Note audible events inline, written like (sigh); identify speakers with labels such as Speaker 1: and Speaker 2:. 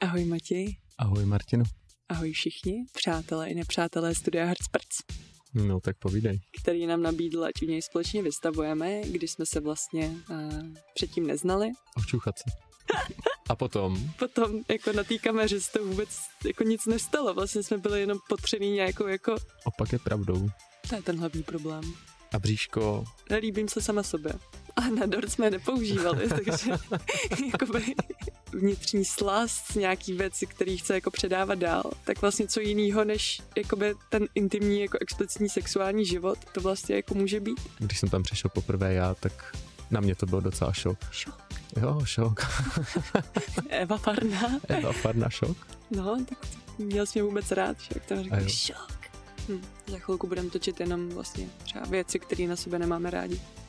Speaker 1: Ahoj Matěj,
Speaker 2: Ahoj Martino.
Speaker 1: ahoj všichni, přátelé i nepřátelé studia Hertzprc,
Speaker 2: No tak povídej.
Speaker 1: který nám nabídl, ať u něj společně vystavujeme, když jsme se vlastně uh, předtím neznali.
Speaker 2: Očuchat se. A potom,
Speaker 1: Potom jako na té kameře se to vůbec jako nic nestalo, vlastně jsme byli jenom potřený nějakou jako,
Speaker 2: opak je pravdou.
Speaker 1: to je ten hlavní problém.
Speaker 2: A bříško,
Speaker 1: Nelíbím se sama sobě. A na dort jsme je nepoužívali, (laughs) takže jakoby vnitřní slast, nějaký věci, který chce jako předávat dál, tak vlastně co jiného než jakoby ten intimní, jako explicitní sexuální život, to vlastně jako může být.
Speaker 2: když jsem tam přišel poprvé já, tak na mě to byl docela šok.
Speaker 1: Šok.
Speaker 2: Jo, šok. (laughs)
Speaker 1: Eva Farná,
Speaker 2: Eva Farna šok.
Speaker 1: no, tak měl jsi mě vůbec rád, že jak tam
Speaker 2: A jo.
Speaker 1: říkám, šok. Hm, za chvilku budeme točit jenom vlastně třeba věci, které na sebe nemáme rádi.